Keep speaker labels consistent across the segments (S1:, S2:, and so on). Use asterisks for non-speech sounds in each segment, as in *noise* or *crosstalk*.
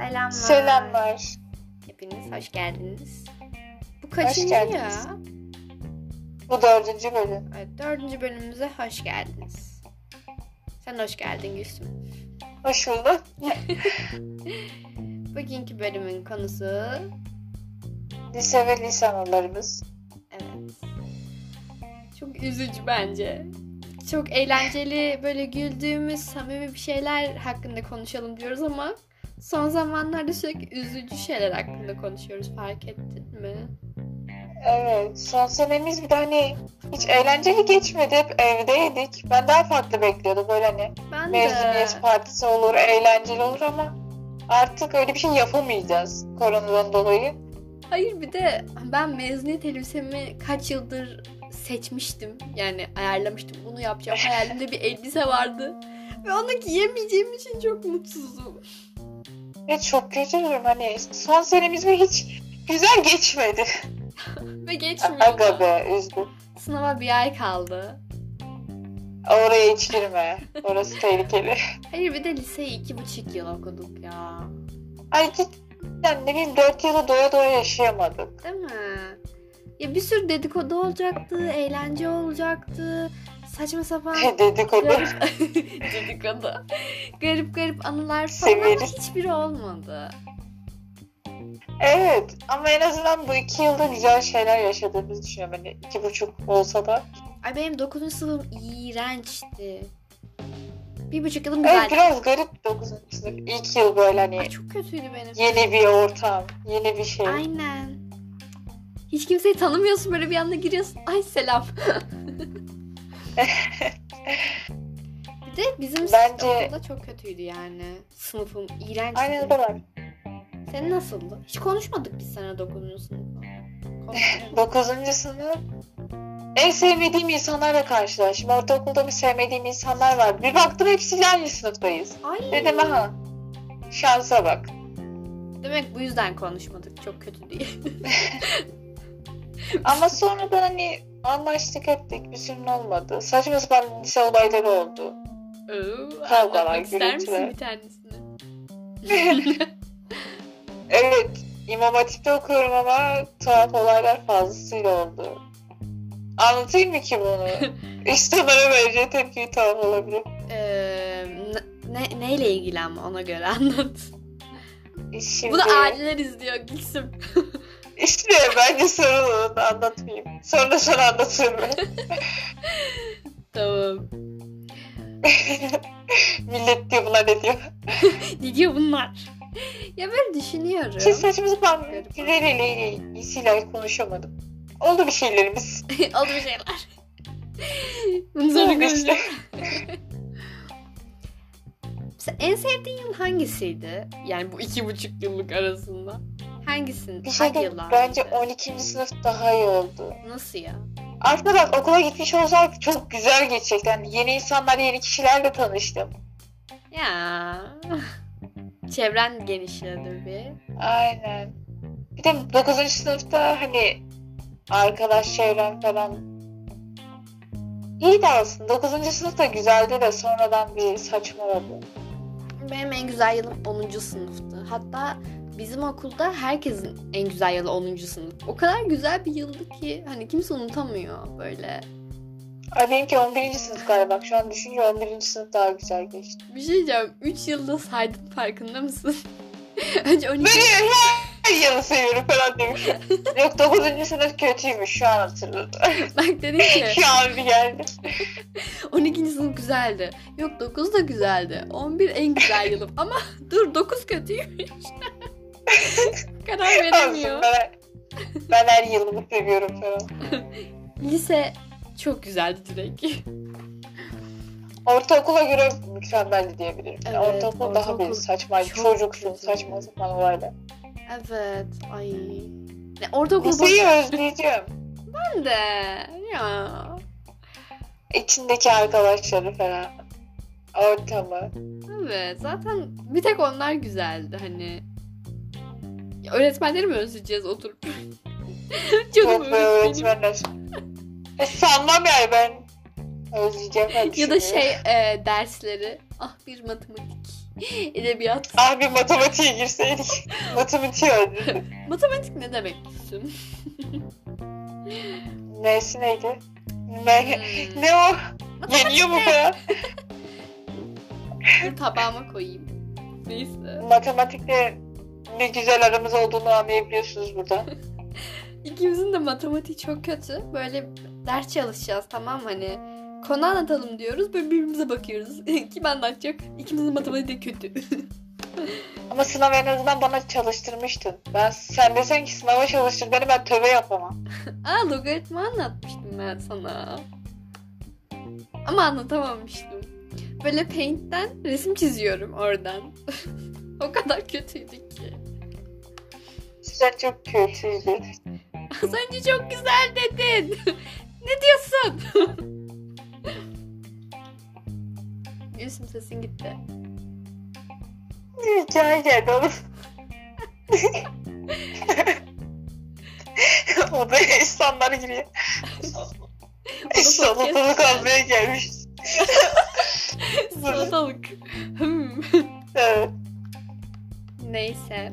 S1: Selamlar.
S2: Selamlar.
S1: Hepiniz hoş geldiniz. Bu kaçıncı ya?
S2: geldiniz. Bu dördüncü bölüm.
S1: Evet, dördüncü bölümümüze hoş geldiniz. Sen hoş geldin Gülsüm.
S2: Hoş bulduk.
S1: Bugünkü bölümün konusu...
S2: Lise ve lise anılarımız.
S1: Evet. Çok üzücü bence. Çok eğlenceli, böyle güldüğümüz, samimi bir şeyler hakkında konuşalım diyoruz ama... Son zamanlarda sürekli üzücü şeyler hakkında konuşuyoruz fark ettin mi?
S2: Evet. Son senemiz bir de hani hiç eğlenceli geçmedi. Hep evdeydik. Ben daha farklı bekliyordum. Böyle hani
S1: Ben de...
S2: mezuniyet partisi olur, eğlenceli olur ama artık öyle bir şey yapamayacağız koronadan dolayı.
S1: Hayır bir de ben mezuniyet elbisemi kaç yıldır seçmiştim. Yani ayarlamıştım. Bunu yapacağım. Hayalimde bir elbise vardı. Ve onu giyemeyeceğim için çok mutsuzum.
S2: Ve çok kötü durum. Hani son senemiz ve hiç güzel geçmedi.
S1: Ve geçmiyor.
S2: Aga
S1: da.
S2: be üzgün.
S1: Sınava bir ay kaldı.
S2: Oraya hiç girme. Orası tehlikeli.
S1: Hayır bir de liseyi iki buçuk yıl okuduk ya.
S2: Ay cidden ne bileyim 4 yılı doya doya yaşayamadık.
S1: Değil mi? Ya bir sürü dedikodu olacaktı. Eğlence olacaktı. Saçma sapan.
S2: Dedikodu.
S1: garip- *laughs* dedikodu. Garip garip anılar falan ama
S2: Severiz.
S1: hiçbiri olmadı.
S2: Evet ama en azından bu 2 yılda güzel şeyler yaşadığımızı düşünüyorum. Hani iki buçuk olsa da.
S1: Ay benim 9. sınıfım iğrençti. Bir buçuk yılım güzeldi.
S2: Evet biraz garip 9. sınıf. İlk yıl böyle hani
S1: Ay çok kötüydü benim.
S2: yeni bir ortam, yeni bir şey.
S1: Aynen. Hiç kimseyi tanımıyorsun böyle bir anda giriyorsun. Ay selam. *laughs* bir de bizim
S2: Bence-
S1: okulda çok kötüydü yani. Sınıfım iğrençti.
S2: Aynen öyle var.
S1: Senin nasıldı? Hiç konuşmadık biz sana 9.
S2: *laughs*
S1: sınıfta. Konuşmadık.
S2: 9. sınıf en sevmediğim insanlarla karşılaştım. Ortaokulda bir sevmediğim insanlar var. Bir baktım hepsiyle aynı sınıftayız.
S1: Ay.
S2: Dedim aha şansa bak.
S1: Demek bu yüzden konuşmadık. Çok kötü diye.
S2: Ama sonradan hani anlaştık ettik. Bir sorun olmadı. Saçma sapan lise olayları oldu.
S1: Oo,
S2: Kavgalar,
S1: anlatmak ister misin
S2: gürültüler.
S1: bir tanesini?
S2: Evet. İmam Hatip'te okuyorum ama tuhaf olaylar fazlasıyla oldu. Anlatayım mı
S1: *laughs*
S2: ki bunu? İstememe vereceği tepki tuhaf olabilir.
S1: Ee, ne, neyle ilgili ama ona göre *laughs* anlat.
S2: Şimdi,
S1: Bunu aileler izliyor Gülsüm.
S2: İşte bence sorun onu anlatmayayım. Sonra sana anlatırım ben.
S1: *laughs* Tamam. *laughs*
S2: Millet diyor bunlar ne diyor.
S1: Ne diyor bunlar? ya böyle düşünüyorum. *laughs*
S2: Siz saçma sapan
S1: Garip.
S2: birileriyle iyisiyle konuşamadım. Oldu bir şeylerimiz.
S1: Oldu bir
S2: *laughs*
S1: şeyler. Bunu sonra
S2: Oldu işte.
S1: göreceğiz. *laughs* Mesela en sevdiğin yıl hangisiydi? Yani bu iki buçuk yıllık arasında. Hangisini?
S2: Bir şey
S1: hangi
S2: diyeyim,
S1: yıllar?
S2: bence 12. sınıf daha iyi oldu.
S1: Nasıl ya?
S2: Aslında bak okula gitmiş olsak çok güzel geçecekti. Yani yeni insanlar, yeni kişilerle tanıştım.
S1: Ya. *laughs* Çevren genişledi bir.
S2: Aynen. Bir de 9. sınıfta hani arkadaş çevrem falan İyiydi aslında. 9. sınıfta güzeldi de sonradan bir saçmaladı.
S1: Benim en güzel yılım 10. sınıftı. Hatta bizim okulda herkesin en güzel yılı 10. sınıf. O kadar güzel bir yıldı ki hani kimse unutamıyor böyle.
S2: Ay benimki 11. sınıf galiba. Bak Şu an düşünce 11. sınıf daha güzel geçti.
S1: Bir şey diyeceğim. 3 yılda saydın farkında mısın? *laughs* Önce 12.
S2: Beni her yılı seviyorum falan demiş. Yok 9. sınıf kötüymüş şu an hatırladım.
S1: Bak dedin ki
S2: *laughs* şu an bir geldi.
S1: 12. sınıf güzeldi. Yok 9 da güzeldi. 11 en güzel yılım. Ama *laughs* dur 9 kötüymüş. *laughs* Karar veremiyor.
S2: Ben, ben her yılımı seviyorum falan.
S1: Lise çok güzeldi direkt. *laughs*
S2: Ortaokula göre mükemmeldi diyebilirim. Yani
S1: Evet,
S2: ortaokul, daha
S1: ortaokul
S2: bir saçmaydı.
S1: çok
S2: Çocuksun,
S1: kötü.
S2: saçma sapan olaylar.
S1: evet. Ay. Ne, ortaokul
S2: Liseyi özleyeceğim.
S1: Ben de. Ya.
S2: İçindeki arkadaşları falan. Ortamı.
S1: Evet zaten bir tek onlar güzeldi hani. Ya, öğretmenleri mi özleyeceğiz oturup? *laughs* Canım
S2: Yok be
S1: öğretmenim.
S2: öğretmenler. E, sanmam yani ben Özleyeceğim. ben
S1: ya da
S2: düşünüyorum.
S1: şey e, dersleri. Ah bir matematik. *laughs* Edebiyat.
S2: Ah bir matematiğe
S1: *laughs*
S2: girseydik. Matematiği öldürdük.
S1: Matematik ne demek Gülsüm?
S2: Neyse neydi? Ne,
S1: Hmm.
S2: ne o? Yeniyor mu falan?
S1: Dur tabağıma koyayım. Neyse.
S2: Matematikle ne güzel aramız olduğunu anlayabiliyorsunuz burada.
S1: İkimizin de matematiği çok kötü. Böyle ders çalışacağız tamam mı? Hani konu anlatalım diyoruz. Böyle birbirimize bakıyoruz. *laughs* Kim anlatacak? İkimizin matematiği de kötü. *laughs*
S2: Ama sınav en azından bana çalıştırmıştın. Ben sen desen ki sınava çalıştır beni ben tövbe yapamam.
S1: Aa logaritma anlatmıştım ben sana. Ama anlatamamıştım. Böyle Paint'ten resim çiziyorum oradan. *laughs* o kadar kötüydü ki. *laughs*
S2: Sizler çok kötüydü.
S1: Az önce çok güzel dedin. *laughs* ne diyorsun? *laughs* Gülsüm sesin gitti. *laughs*
S2: Hikaye geldi *laughs* oğlum. Odaya insanlar giriyor. Salatalık almaya gelmiş.
S1: Salatalık. Hmm. *laughs*
S2: Evet.
S1: Neyse.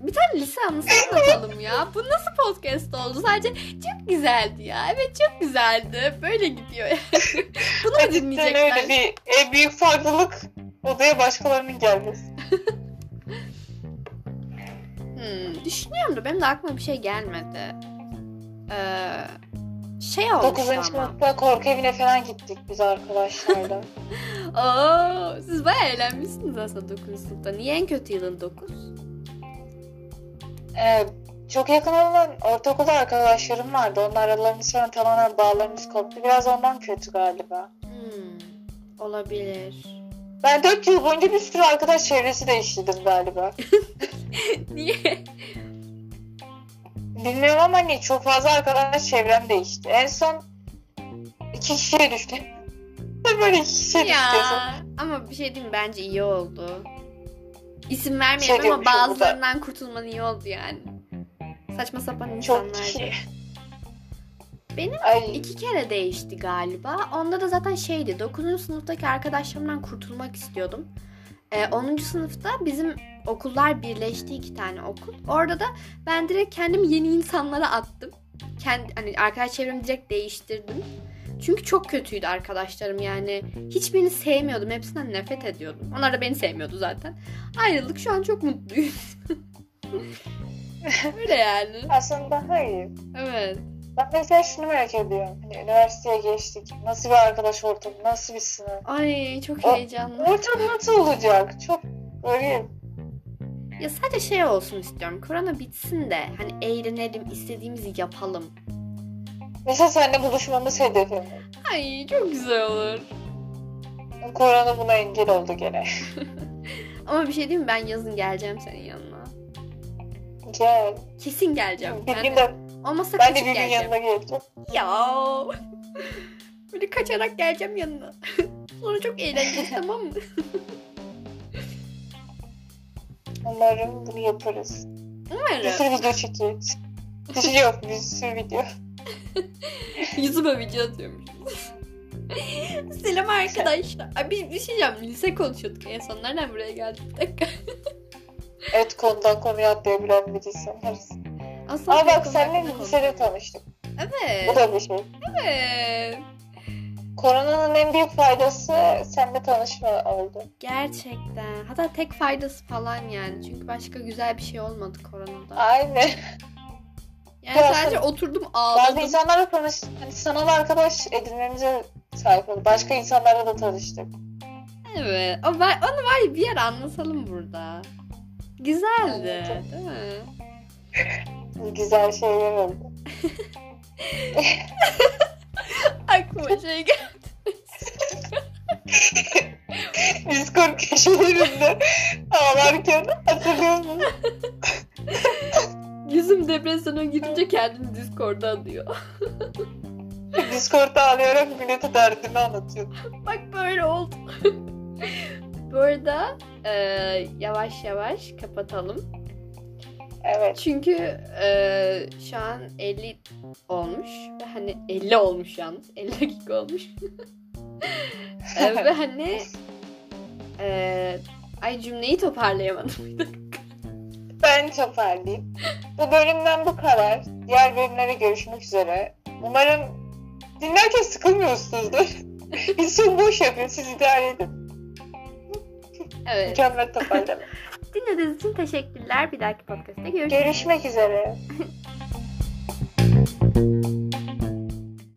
S1: Bir tane lise anısı anlatalım ya. Bu nasıl podcast oldu? Sadece çok güzeldi ya. Evet çok güzeldi. Böyle gidiyor yani. *laughs* Bunu da
S2: Cidden öyle
S1: dinleyecekler.
S2: bir en büyük farklılık odaya başkalarının gelmesi.
S1: Hmm, düşünüyorum da benim de aklıma bir şey gelmedi. Ee, şey olmuştu
S2: 9.
S1: ama.
S2: sınıfta korku evine falan gittik biz
S1: *laughs*
S2: arkadaşlarla.
S1: Oo, siz bayağı eğlenmişsiniz aslında 9. sınıfta. Niye en kötü yılın 9?
S2: Ee, çok yakın olan ortaokulda arkadaşlarım vardı. Onlar aralarımız falan tamamen bağlarımız koptu. Biraz ondan kötü galiba.
S1: Hmm, olabilir.
S2: Ben 4 yıl boyunca bir sürü arkadaş çevresi değiştirdim galiba.
S1: Niye?
S2: Bilmiyorum ama hani çok fazla arkadaş çevrem değişti. En son iki kişiye düştüm. Ne böyle iki kişiye
S1: ya.
S2: düşüyorsun?
S1: Ama bir şey diyeyim bence iyi oldu. İsim
S2: Şey
S1: vermeyelim ama
S2: diyormuşum burada.
S1: bazılarından kurtulman iyi oldu yani. Saçma sapan
S2: Çok
S1: insanlar.
S2: kişi.
S1: Benim
S2: Ay,
S1: İki kere değişti galiba. Onda da zaten şeydi. 9. sınıftaki arkadaşlarımdan kurtulmak istiyordum. Ee, 10. sınıfta bizim okullar birleşti iki tane okul. Orada da ben direkt kendimi yeni insanlara attım. Kendi, hani arkadaş çevremi direkt değiştirdim. Çünkü çok kötüydü arkadaşlarım yani. Hiçbirini sevmiyordum. Hepsinden nefret ediyordum. Onlar da beni sevmiyordu zaten. Ayrıldık şu an çok mutluyuz. *laughs* Öyle yani.
S2: aslında hayır.
S1: Evet.
S2: Ben mesela şunu merak ediyorum. Hani üniversiteye geçtik. Nasıl bir arkadaş ortamı, nasıl bir sınıf?
S1: Ay çok
S2: O-
S1: heyecanlı.
S2: Ortam nasıl olacak? Çok böyle
S1: Ya sadece şey olsun istiyorum. Korona bitsin de hani eğlenelim, istediğimizi yapalım.
S2: Mesela seninle buluşmamız hedefim.
S1: Ay çok güzel olur.
S2: Korona buna engel oldu gene.
S1: Ama bir şey diyeyim mi? Ben yazın geleceğim senin yanına.
S2: Gel.
S1: Kesin geleceğim.
S2: Bir
S1: Yani
S2: gün de,
S1: olmazsa
S2: ben de
S1: kaçıp
S2: bir gün
S1: geleceğim.
S2: yanına geleceğim.
S1: Ya. *laughs* Böyle kaçarak geleceğim yanına. *laughs* Sonra çok eğleneceğiz tamam
S2: *laughs*
S1: mı?
S2: Umarım bunu yaparız. Bir
S1: Umarım.
S2: sürü video çekeceğiz. Bir şey yok, bir sürü video.
S1: *laughs* YouTube'a video atıyormuşuz. *laughs* Selam arkadaşlar. Ay bir, bir şey diyeceğim. Lise konuşuyorduk en son. Nereden buraya geldik? Bir dakika.
S2: Evet konudan konuya atlayabilen birisi.
S1: Aslında
S2: Ama bak
S1: konu
S2: seninle
S1: hakkında
S2: lisede tanıştık. Bu
S1: Evet.
S2: da bir şey.
S1: Evet.
S2: Koronanın en büyük faydası seninle tanışma oldu.
S1: Gerçekten. Hatta tek faydası falan yani. Çünkü başka güzel bir şey olmadı koronada.
S2: Aynen.
S1: Yani
S2: Ya
S1: sadece oturdum
S2: Bazı
S1: ağladım.
S2: insanlarla tanış, hani sanal arkadaş edinmemize sahip oldu. Başka insanlarla da tanıştık.
S1: Evet. O var, onu var ya bir yer anlatalım burada. Güzeldi.
S2: Evet.
S1: Değil mi?
S2: Güzel şeyler oldu.
S1: Aklıma şey geldi.
S2: Discord köşelerinde ağlarken hatırlıyor musun?
S1: Yüzüm depresyona girince kendini Discord'a alıyor.
S2: Discord'da ağlayarak millete derdimi anlatıyordum.
S1: *laughs* Bak böyle oldu. *laughs* Bu arada e, yavaş yavaş kapatalım.
S2: Evet.
S1: Çünkü e, şu an 50 olmuş. Ve hani 50 olmuş yalnız. 50 dakika *laughs* olmuş. E, ve hani e, ay cümleyi toparlayamadım. bir dakika.
S2: Ben toparlayayım. Bu bölümden bu kadar. Diğer bölümlere görüşmek üzere. Umarım dinlerken sıkılmıyorsunuzdur. İnsan boş yapıyor. Siz idare edin.
S1: evet.
S2: Mükemmel toparlama.
S1: Dinlediğiniz için teşekkürler. Bir dahaki podcast'ta görüşürüz.
S2: Görüşmek üzere.